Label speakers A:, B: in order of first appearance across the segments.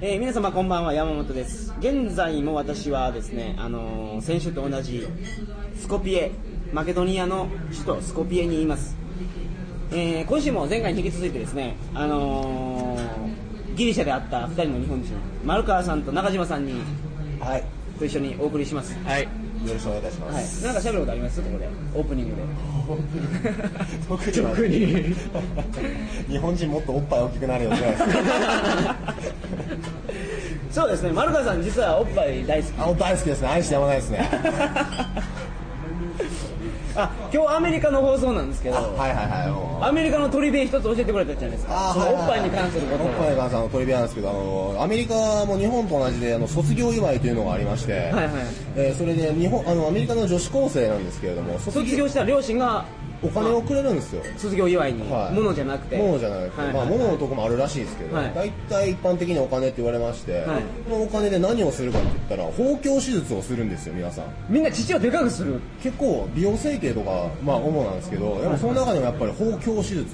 A: えー皆様こんばんは山本です現在も私はですね、あのー先週と同じスコピエマケドニアの首都スコピエにいます、えー今週も前回に引き続いてですね、あのーギリシャで会った2人の日本人丸川さんと中島さんに
B: はい、
A: と一緒にお送りします
C: はい。
B: よろしくお願いいたしま
A: はい
B: す。、
A: なんか喋ることありますここでオープニングで
B: 特には
C: 特に
B: 日本人もっとおっぱい大きくなるようにないです か。
A: そうですね丸川さん実はおっぱい大好き
B: あ、お大好きですね。愛してやまないですね。
A: あ今日アメリカの放送なんですけど
B: あはいはいはいもう。
A: アメリカの砦一つ教えてくれたじゃないですか
B: あ
A: その
B: はい
A: お
B: は
A: っ
B: い
A: ぱ
B: はい
A: いに関すること
B: おっぱいに関するあのトリビアなんですけどあのアメリカも日本と同じであの卒業祝いというのがありまして、
A: はいはい
B: えーそれで日本あのアメリカの女子高生なんですけれども卒
A: 卒
B: 業
A: 業した両親が
B: お金をくれるんですよ
A: 卒業祝いに
B: はい
A: 物じゃなくて
B: 物じゃない、
A: はい
B: ま
A: は
B: あ
A: い
B: 物のとこもあるらしいですけど、
A: はい
B: 大体一般的にお金って言われまして、
A: はい
B: このお金で何をするかって言ったら包茎手術をするんですよ皆さん
A: みんな父をでかくする
B: 結構美容整形とかまあ主なんですけどでもその中でもやっぱり包茎手術で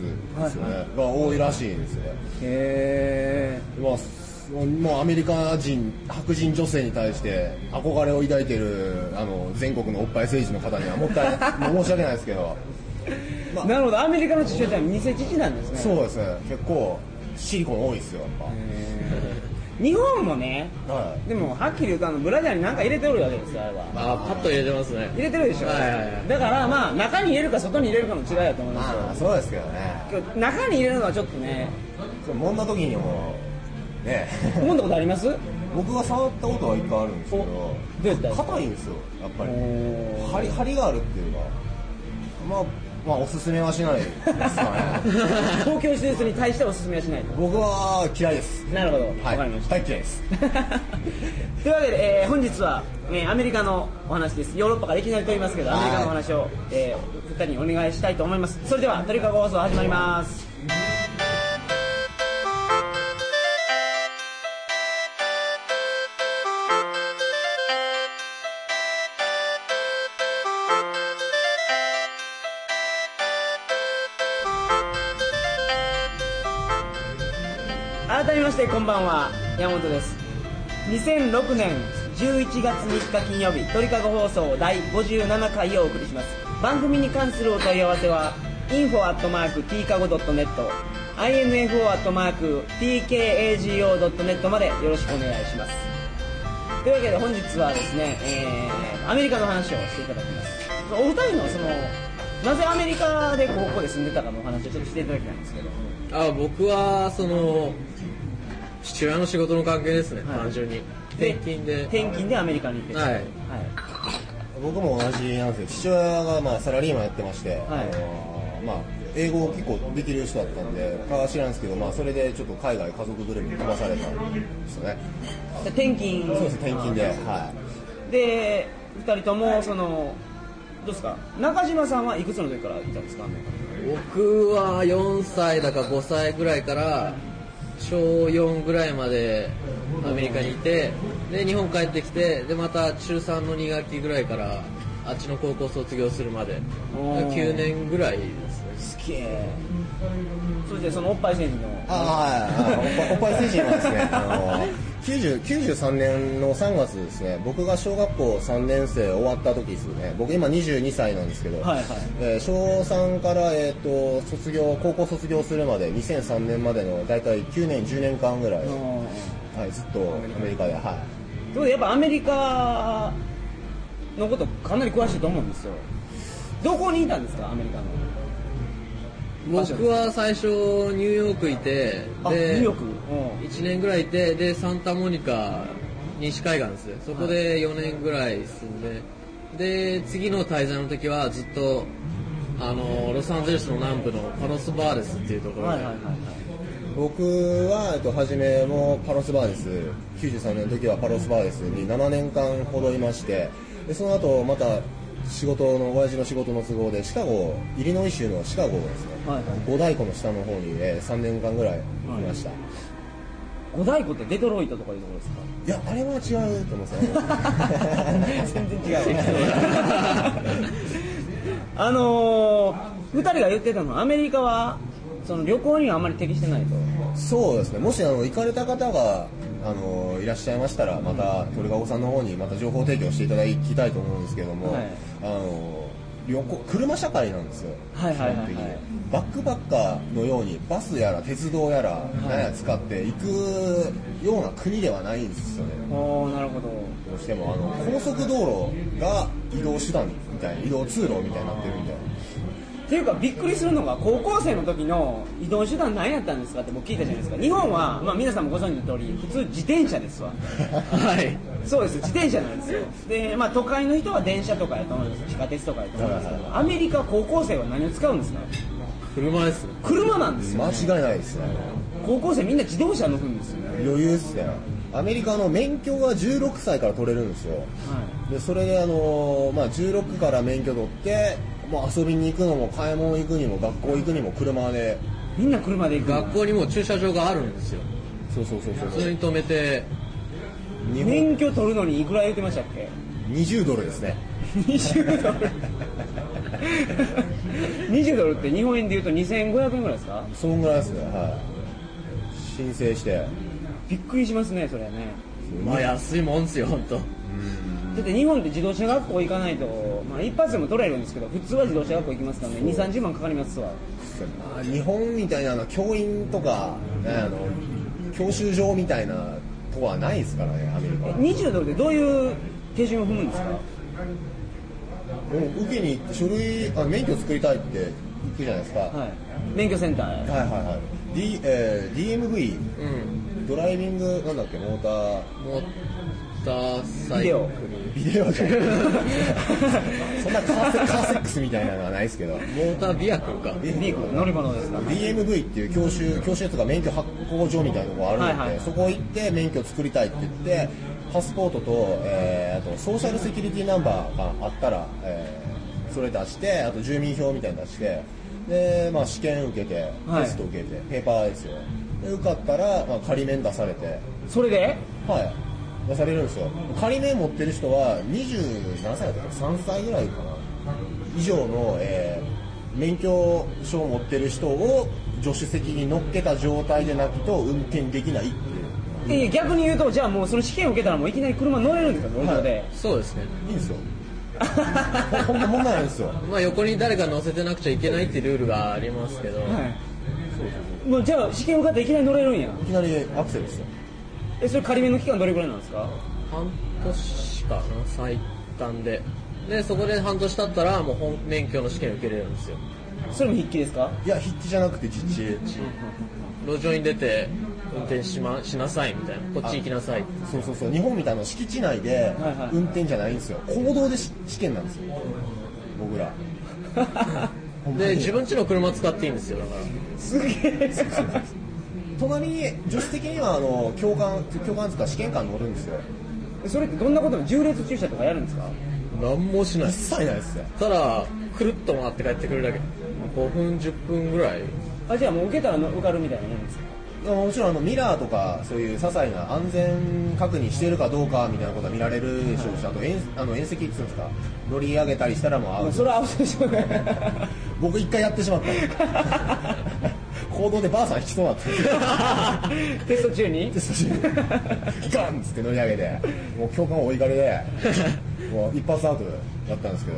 B: すよね、が多いらしいんですね
A: へ
B: まあすもうアメリカ人白人女性に対して憧れを抱いているあの全国のおっぱい政治の方にはもったい ないもう申し訳ないですけど
A: えなるほどアメリカの父親って偽父なんですね
B: そうですね結構シリコン多いですよやっ
A: 日本もね
B: ぱはい
A: でもはっきり言うとあのブラジャーに何か入れておるわけですよあれは
C: あー、パッと入れてますね。
A: 入れてるでしょ
C: はいはいはい
A: だからまあ中に入れるか外に入れるかの違いだと思います
B: まあそうですけどね
A: けど中に入れるのはちょっとね
B: それ揉んだ時にもね
A: 思ったことあります
B: 僕が触ったことは一回あるんですけど
A: どうやったんですか
B: 硬いんですよやっぱり
A: お
B: 張り張りがあるっていうかまあまあおすすめはしないですか ね
A: 公共施設に対しておすすめはしないと
B: 僕は嫌いです
A: なるほど、わ
B: はい
A: かりました
B: 大嫌いです
A: というわけで、えー本日は、えーアメリカのお話ですヨーロッパからいきなり飛びますけどアメリカのお話を、えー、お二人にお願いしたいと思いますそれでは「トリカゴ放送」始まります改めましてこんばんは山本です2006年11月3日金曜日鳥かご放送第57回をお送りします番組に関するお問い合わせは info.tkago.net info.tkago.net までよろしくお願いしますというわけで本日はですね、えーアメリカの話をしていただきますお二人のそのなぜアメリカでここで住んでたかのお話をちょっとしていただきたいんですけど
C: あ僕は、その、父親の仕事の関係ですね、
A: はい
C: 単純に。転勤で。
A: 転勤でアメリカに行って
C: はい
A: はい
B: 僕も同じなんですけど父親がまあサラリーマンやってまし
A: は
B: て、
A: い
B: あのまあ、英語を結構できる人だったんでかは知らんですけど、まあ、それでちょっと海外家族ぐるみに飛ばされたんですよね
A: 転勤
B: そうですね転勤で、はい、
A: で2人ともそのどうですか中島さんはいくつの時からいたんですか
C: 僕は4歳だか5歳ぐらいから、小4ぐらいまでアメリカにいて、で、日本帰ってきて、で、また中3の2学期ぐらいから、あっちの高校卒業するまで、
A: おー
C: 9年ぐらいですね。
A: すげえそしてそのおっぱい選手の
B: ああはいはいおっぱいおっぱい精神はですねあの90 93年の3月ですね僕が小学校3年生終わった時ですね僕今22歳なんですけど、
A: はいはい
B: えー小3から、えー、と卒業高校卒業するまで2003年までの大体9年10年間ぐらい、
A: うん
B: はい、ずっとアメリカでは
A: ということでやっぱアメリカのことかなり詳しいと思うんですよどこにいたんですかアメリカの
C: 僕は最初、ニューヨークいて、
A: あニューヨークうん
C: 1年ぐらいいてでサンタモニカ西海岸ですねそこで4年ぐらい住んでで次の滞在の時はずっとあのロサンゼルスの南部のパロスバーレスっていうところ
A: はい
C: で、
A: はいはいはい
B: 僕は、えっと、初めもパロスバーデス93年の時はパロスバーデスに7年間ほどいましてでその後また仕事の親父の仕事の都合でシカゴイリノイ州のシカゴですね、
A: はいはい
B: 五大湖の下の方に、え3年間ぐらいいました、い、
A: 五大湖ってデトロイトとかいうところですか
B: やあれは違うと思うんですよ
A: 全然違う あのー、2人が言ってたのはアメリカはその旅行にはあまり適してないと
B: そうですねもしあの行かれた方があのいらっしゃいましたらまた鳥籠さんの方にまた情報提供していただきたいと思うんですけども、
A: はい
B: あの旅行車社会なんですよ、
A: はいはいはいはい
B: 基本的にバックパッカーのようにバスやら鉄道やら何や使って行くような国ではないんですよね、
A: おーなるほど
B: どうしてもあの高速道路が移動手段みたいな移動通路みたいになってるみたいな
A: っていうかびっくりするのが高校生の時の移動手段何やったんですかって僕聞いたじゃないですか日本は、まあ、皆さんもご存知の通り普通自転車 ですわ
C: はい
A: そうです自転車なんですよで、まあ、都会の人は電車とかやと思うんですよ地下鉄とかやと思うんですけどアメリカ高校生は何を使うんですか
C: 車です
A: 車なんですよ
B: 間違いないですね
A: 高校生みんな自動車乗るんですよね、
B: 余裕っすねアメリカの免許が16歳から取れるんですよ
A: は
B: でそれであのーまあ、16から免許取ってもう遊びに行くのも買い物行くにも学校行くにも車で
A: い、みんな車で行く
C: 学校にも駐車場があるんですよ
B: そうそうそう
C: それに止めて
B: 日本
A: 免許取るのにいくら言ってましたっけ
B: 20ドルですね
A: 20ドル20ドルって日本円でいうと2500円ぐらいですか
B: そんぐらいですねはい申請して
A: びっくりしますねそれはね
C: まあ安いもんですよ本当。
A: だって日本って自動車学校行かないと、まあ、一発でも取れるんですけど普通は自動車学校行きますからね2 3 0万かかりますわ
B: まあ日本みたいなあの教員とか、ねあの教習所みたいなとこはないですからねアメリカは
A: 20ドルってどういう手順を踏むんですか
B: でも受けに行って書類あ免許作りたいって行くじゃないですか、はい、
A: はい免許センターへ
B: はいはい D えー DMV
C: うん
B: ドライビングなんだっけモーター
C: モーターサイ
A: ビデ
C: ク
A: オ
B: ビデオじゃないそんなカーセカーセックスみたいなのはないですけど
C: ルモータービアクルか
B: ビ
A: ビーク乗り物ですか
B: DMV っていう教習教習とか免許発行所みたいなとこあるので、
A: はいはい
B: そこ行って免許作りたいって言ってパスポートと,、えーあとソーシャルセキュリティナンバーがあったら、えーそれ出してあと住民票みたいなの出してで、まあ、試験受けて
A: はい
B: テスト受けて、ペーパーですよで受かったら、まあ、仮免出されて
A: それで
B: はい出されるんですよ仮免持ってる人は27歳だったか3歳ぐらいかな以上の、えー免許証を持ってる人を助手席に乗っけた状態でなくと運転できないっていう
A: え逆に言うとじゃあもうその試験受けたらもういきなり車乗れるんですか路上で、
C: そうですね
B: いい んですよほほんと問題ないんですよ
C: まあ横に誰か乗せてなくちゃいけないっていうルールがありますけど、
A: はいもうじゃあ試験受かっていきなり乗れるんや
B: いきなりアクセルですよ
A: えそれ仮免の期間どれぐらいなんですか
C: 半年かな最短ででそこで半年経ったらもう本免許の試験受けれるんですよ
A: それも筆記ですか
B: いや筆記じゃなくて実地
C: 路上に出て運転し,、ま、しなさいみたいなこっち行きなさいって
B: そうそうそう日本みたいな敷地内で
A: はいはい
B: 運転じゃないんですよ行動でし試験なんですよ僕らほんま
C: で
B: に
C: 自分家の車使っていいんですよだから
A: すげえ
B: 隣に助手席にはあの教官教官つか試験官乗るんですよ
A: それってどんなことも重列駐車とかやるんですか
C: 何もしない
B: 一切ないですよ
C: ただくるっと回って帰ってくるだけ5分10分ぐらい
A: あじゃあもう受けたらの受かるみたいなもんですか
B: もちろんあのミラーとかそういう些細な安全確認してるかどうかみたいなことは見られるでしょうしあと縁あの縁石っていうんですか乗り上げたりしたらもうアウト
A: それはアウトでしょうね
B: 僕一回やってしまった 行動でばあさん引きそうにな
A: テスト中に
B: ってガンっつって乗り上げてもう教官追いかれ でもう一発アウトだったんですけ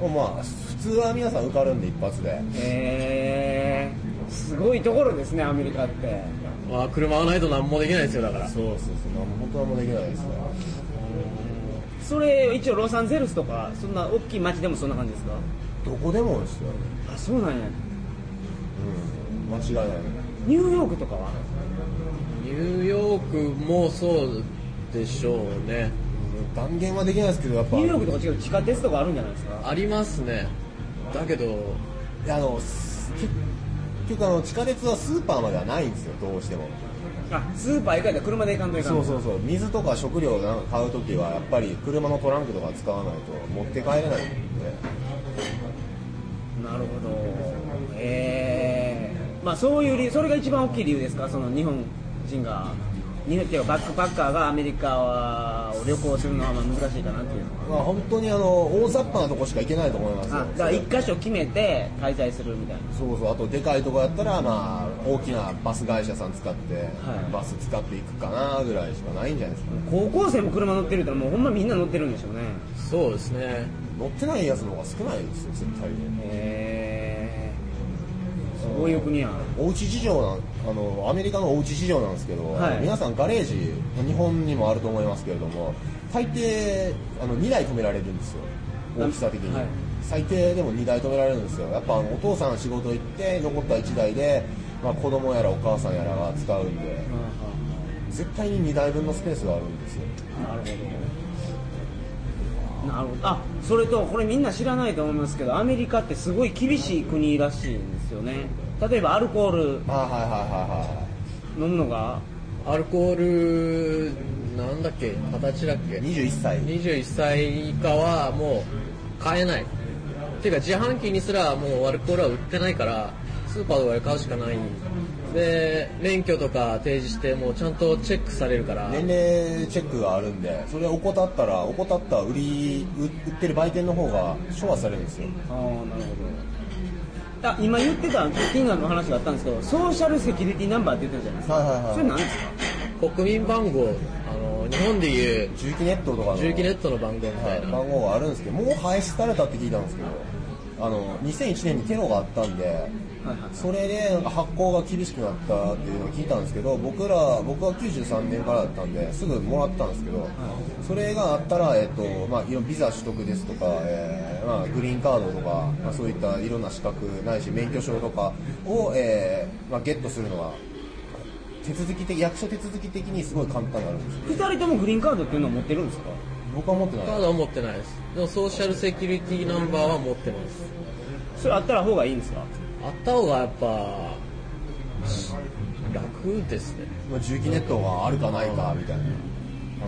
B: どまあ普通は皆さん受かるんで一発で
A: えー、すごいところですねアメリカって
C: まあ車はないと何もできないですよだから
B: そうそうそう、まあ、本当はもうできないですね。
A: それ一応ロサンゼルスとかそんな大きい街でもそんな感じですか
B: どこでもですよ。
A: あそうなんや
B: 間違いない。
A: ニューヨークとかは
C: ニューヨークもそうでしょうね
B: 断言はできないですけど、やっぱ。
A: ニューヨークとか違う地下鉄とかあるんじゃないですか
C: ありますねだけど
B: いやあの、す結結局あの、地下鉄はスーパーまではないんですよ、どうしても。
A: あスーパー行かれたら車で行かんといかん
B: そうそうそう、水とか食料なんか買うときは、やっぱり車のトランクとか使わないと持って帰れないんで。
A: なるほどええまあそういう理由それが一番大きい理由ですかその日本人が日本っていうかバックパッカーがアメリカを旅行するのはまあ難しいかなっていう
B: まあ、本当にあの大雑把なとこしか行けないと思いますよ
A: あだから1箇所決めて滞在するみたいな
B: そうそうあとでかいとこやったら、まあ、大きなバス会社さん使って、
A: はい
B: バス使っていくかなぐらいしかないんじゃないですか
A: 高校生も車乗ってるってのはもうほんまみんな乗ってるんでしょうね
C: そうですね
B: 乗ってないやつの方が少ないですよ絶対に
A: へえすごいよ国やん
B: おうち事情なんあのアメリカのおうち事情なんですけど、
A: はい
B: 皆さんガレージ日本にもあると思いますけれども大抵あの2台止められるんですよ大きさ的に、
A: はい
B: 最低でも2台止められるんですよやっぱあのお父さん仕事行って残った1台で、まあ、子供やらお母さんやらが使うんで絶対に2台分のスペースがあるんですよ
A: なるほどなるほどあそれとこれみんな知らないと思いますけどアメリカってすごい厳しい国らしいんですよね例えばアルコール
B: あはいはいはいはいは
A: 飲むのが
C: アルコールなんだっけ二十歳だっけ
B: い21歳
C: 21歳以下はもう買えないっていうか自販機にすらもうアルコールは売ってないからスーパーとかで買うしかないで免許とか提示してもうちゃんとチェックされるから
B: 年齢チェックがあるんでそれを怠ったら怠った売り売売ってる売店の方が処罰されるんですよ
A: ああなるほどあ今言ってた金額の話があったんですけどソーシャルセキュリティナンバーって言ってたじゃないですか
B: はいはいはい
A: それ何ですか
C: 国民番号あの日本でいう
B: 重機ネットとかの
C: 重機ネットの番号みたいな、
B: はい、番号があるんですけどもう廃止されたって聞いたんですけどあの2001年にテロがあったんで
A: はいはい
B: それでなんか発行が厳しくなったっていうのを聞いたんですけど僕ら僕は93年からだったんですぐもらったんですけど、それがあったら、えっとまあ、いろんなビザ取得ですとか、えーまあ、グリーンカードとか、まあ、そういったいろんな資格ないし免許証とかを、えーまあ、ゲットするのが手続き的役所手続き的にすごい簡単になるんですよ
A: 2人ともグリーンカードっていうのを持ってるんですか
B: 僕は持ってない
C: カードは持ってないですでもソーシャルセキュリティナンバーは持ってます
A: それあったら方がいいんですか
C: あった方がやっぱし楽ですね
B: まあ、重機ネットがあるかないかみたいな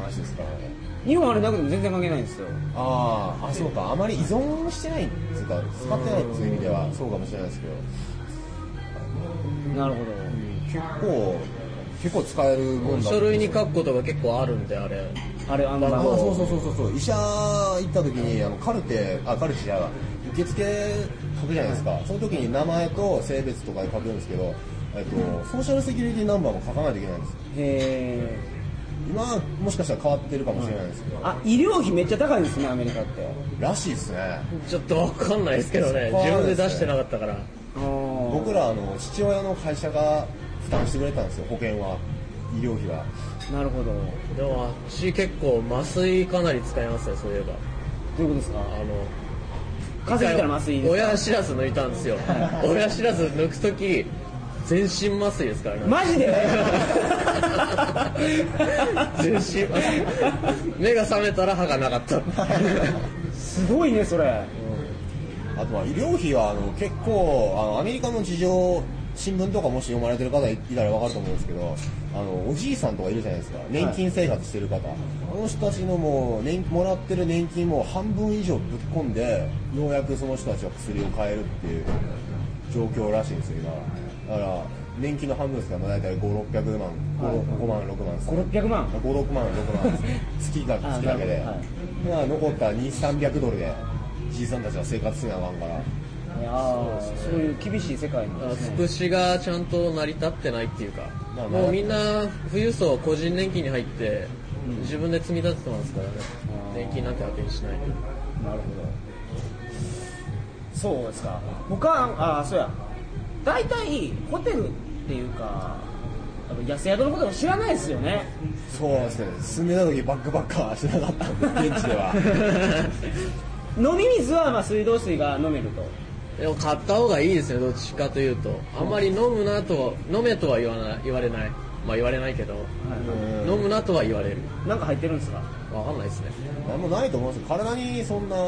B: 話ですからね。
A: 日本あれなくても全然関係ないんですよ
B: ああ、あ、そうか。あまり依存してないっていうか、使ってないっていう意味ではそうかもしれないですけど、
A: なるほど
B: 結構、結構使えるもんだ
C: 書類に書くことが結構あるんであれ
A: あれあの
B: あ
A: 番
B: あ、そう
A: 号
B: そうそうそうそう。医者行った時に、あの、カルテ、あ、カルテじゃない受付書くじゃないですか。その時に名前と性別とかで書くんですけど、えっと、ソーシャルセキュリティナンバーも書かないといけないんです。
A: へえ
B: 今、もしかしたら変わってるかもしれないですけど、
A: あ医療費めっちゃ高いんですねアメリカって
B: らしいですね。
C: ちょっとわかんないですけどね
B: そこは
C: 自分で出してなかったから
A: 僕
B: 僕らあの父親の会社が負担してくれたんですよ保険は医療費は
A: なるほどど
C: でもあっち結構麻酔かなり使いますねそういえば
A: ういうことですか
C: あの
A: 風邪ひいたら麻酔です
C: 親知らず抜いたんで すよ親知らず抜く時全身麻酔ですからね
A: マジで
C: 全身麻酔目が覚めたら歯がなかった
A: すごいねそれ
B: あとは医療費はあの結構あのアメリカの事情新聞とかもし読まれてる方いたら分かると思うんですけどあのおじいさんとかいるじゃないですか年金生活してる方、あの人たちのもう年もらってる年金も半分以上ぶっ込んでようやくその人たちは薬を買えるっていう状況らしいんですよ今だから年金の半分ですから、まあ、大体5600万 5, 5万6万ですね
A: 5600万
B: 56万6 万です月が
A: あ
B: 月だけで、
A: なる
B: まあ残った2300ドルでじいさんたちは生活しなあかんから
A: いやーそういう厳しい世界なんですね
C: 福祉がちゃんと成り立ってないっていうか
B: まあまあ
C: もうみんな富裕層個人年金に入って自分で積み立ててますからね
A: あー
C: 年金なんて当てにしない
A: なるほどそうですか他ああそうや大体ホテルっていうかあの安宿のことも知らないですよね
B: そうですね住んでた時バックバッカーはしなかったんで現地では
A: 飲み水はまあ水道水が飲めると
C: でも買った方がいいですねどっちかというとあんまり飲むなと飲めとは言わない言われないまあ言われないけど
B: うん
C: 飲むなとは言われる
A: なんか入ってるんですか
C: わかんないですね
B: なんもないと思うんですよ体にそんな、ね、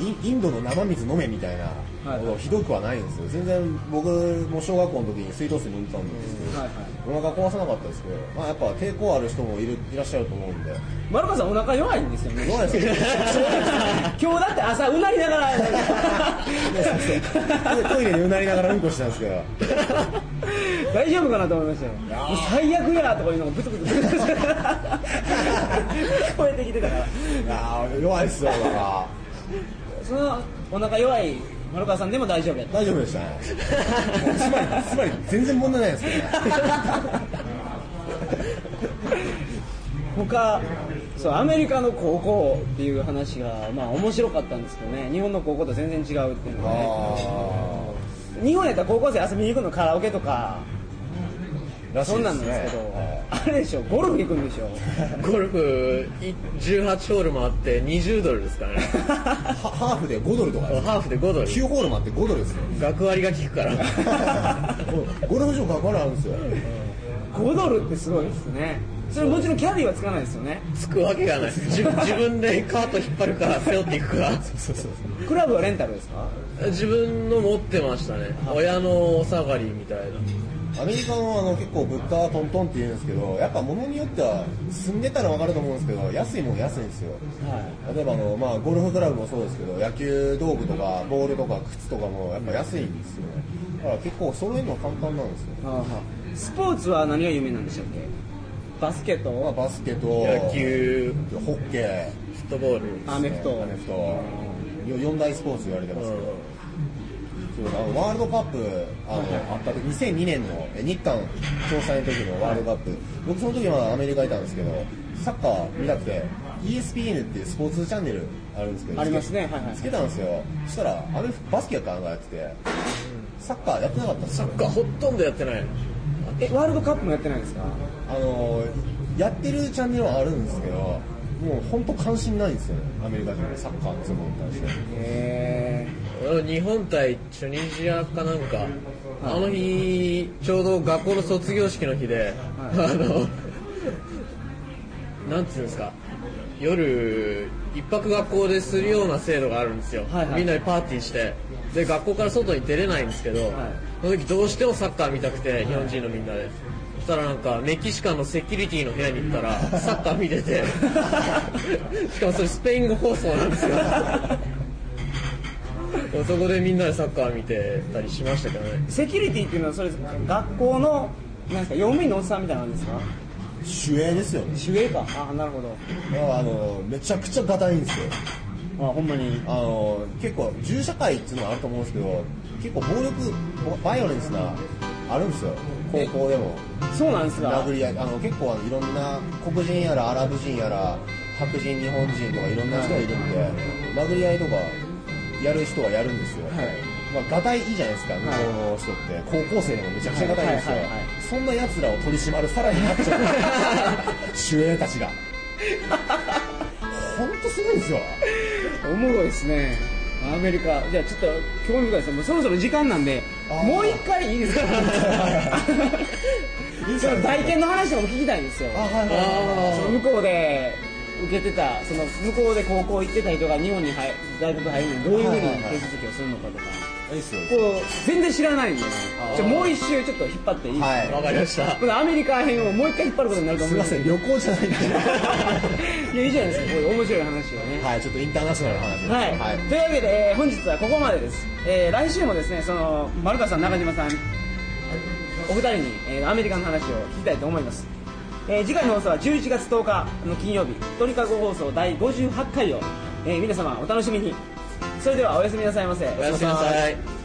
B: インインドの生水飲めみたいな
A: はい
B: ことひどくはないんですよ全然僕も小学校の時に水道水飲んでたんですけど、
A: はいはい
B: お腹壊さなかったですけど、まあ、やっぱ抵抗ある人もいるいらっしゃると思うんで
A: 丸川さんお腹弱いんですよね
B: どうなんですか
A: 今日だって朝うなりながら
B: ねそうそうトイレでうなりながらうんこしたんですけど
A: 大丈夫かなと思いましたよもう最悪やとかいうのがブツブツブツブツ聞こえてきてたから
B: やー弱いっすよだから
A: そのお腹弱い丸川さんでも大丈夫やった
B: 大丈夫でしたねつまりつまり全然問題ないですけどね
A: 他そうアメリカの高校っていう話がまあ面白かったんですけどね日本の高校と全然違うっていうのがね
B: あ
A: 日本やったら高校生遊びに行くのカラオケとか
B: あ
A: そんなんなんですけど、あれでしょゴルフ行くんでしょ
C: ゴルフい18ホールもあって20ドルですからね
B: ハハーフで5ドルとかです
C: ハーフで5ドル
B: 9ホールもあって5ドルですよ
C: 学割が効くから
B: ゴルフ場かかるあるんですよ
A: 5ドルってすごいですねそれもちろんキャディはつかないですよね
C: つくわけがない自分自分でカート引っ張るから背負っていくから
A: クラブはレンタルですか
C: 自分の持ってましたね親のお下がりみたいな
B: アメリカのあの結構物価はトントンって言うんですけどやっぱ物によっては住んでたら分かると思うんですけど安いもん安いんですよ
A: は
B: 例えばあの、まあ、ゴルフクラブもそうですけど野球道具とかボールとか靴とかもやっぱ安いんですよねだから結構揃えるのは簡単なんですよ
A: い、スポーツは何が有名なんでしたっけバスケッ
B: まあ、
A: ト
B: バスケと
C: 野球
B: ホッケー
C: フットボール
A: アメフト
B: アメフト4大スポーツ言われてますけど、
C: う
B: そうあのワールドカップあの、あった時2002年のえ日韓共催の時のワールドカップ、僕その時はアメリカいたんですけどサッカー見たくて ESPN っていうスポーツチャンネルあるんですけど
A: ありますねはいはい
B: つけたんですよそしたらアメフバスケやったのがやっててサッカーやってなかったんですよ
C: んがほとんどやってない
A: えワールドカップもやってないんですか
B: あのやってるチャンネルはあるんですけどもう本当関心ないんですよねアメリカ人のサッカーのズボンに対して
A: へ
C: 日本対チュニジアかなんか、あの日ちょうど学校の卒業式の日で、
A: は
C: あのなんていうんですか夜一泊学校でするような制度があるんですよ、
A: はいはい
C: みんなでパーティーしてで学校から外に出れないんですけど、
A: はい
C: その時どうしてもサッカー見たくて日本人のみんなで。そしたらなんかメキシカンのセキュリティの部屋に行 ったらサッカー見ててしかもそれスペイン語放送なんです よそこでみんなでサッカー見てたりしましたけどね
A: えセキュリティっていうのはそれ学校のなんですか用務員のおっさんみたいなんですか
B: 主演ですよね
A: 守衛かあなるほど
B: だからあのめちゃくちゃガタいんですよ
A: あほんまに
B: あの結構銃社会っていうのがあると思うんですけど結構暴力バイオレンスなあるんですよ高校でも
A: そうなんですが
B: 殴り合いあの結構あのいろんな黒人やらアラブ人やら白人日本人とかいろんな人がいるんで殴り合いとかやる人はやるんですよ、
A: はい
B: まあ、ガタイいいじゃないですか向こうの人って、高校生でもめちゃくちゃガタイいいんですよ、
A: はいはいはいはい
B: そんな奴らを取り締まるさらになっちゃう主演たちが本当すごいんですよ
A: おもろいですねアメリカじゃあちょっと興味深いですもうそろそろ時間なんで
B: あー
A: もう一回いいです かその体験の話も聞きたいんですよ
B: あはいはい
C: あ
A: その向こうで受けてたその向こうで高校行ってた人が日本に入大学入るのにどういうふうに手続きをするのかとか、
B: いいっすよ
A: こう全然知らないんでじゃあもう一周ちょっと引っ張っていいですか、
B: はい
C: わかりました
A: このアメリカ編をもう一回引っ張ることになると思
B: す
A: う
B: み
A: です
B: ません、旅行じゃないんで。
A: いやいいじゃないですかこういう面白い話をね
B: はい、ちょっとインターナショナルの話です。
A: はい、というわけで、えー本日はここまでです、えー来週もですねその丸川さん中島さんお二人に、えーアメリカの話を聞きたいと思います、えー次回の放送は11月10日の金曜日鳥かご放送第58回を、えー皆様お楽しみにそれではおやすみなさいませ
C: おやすみなさい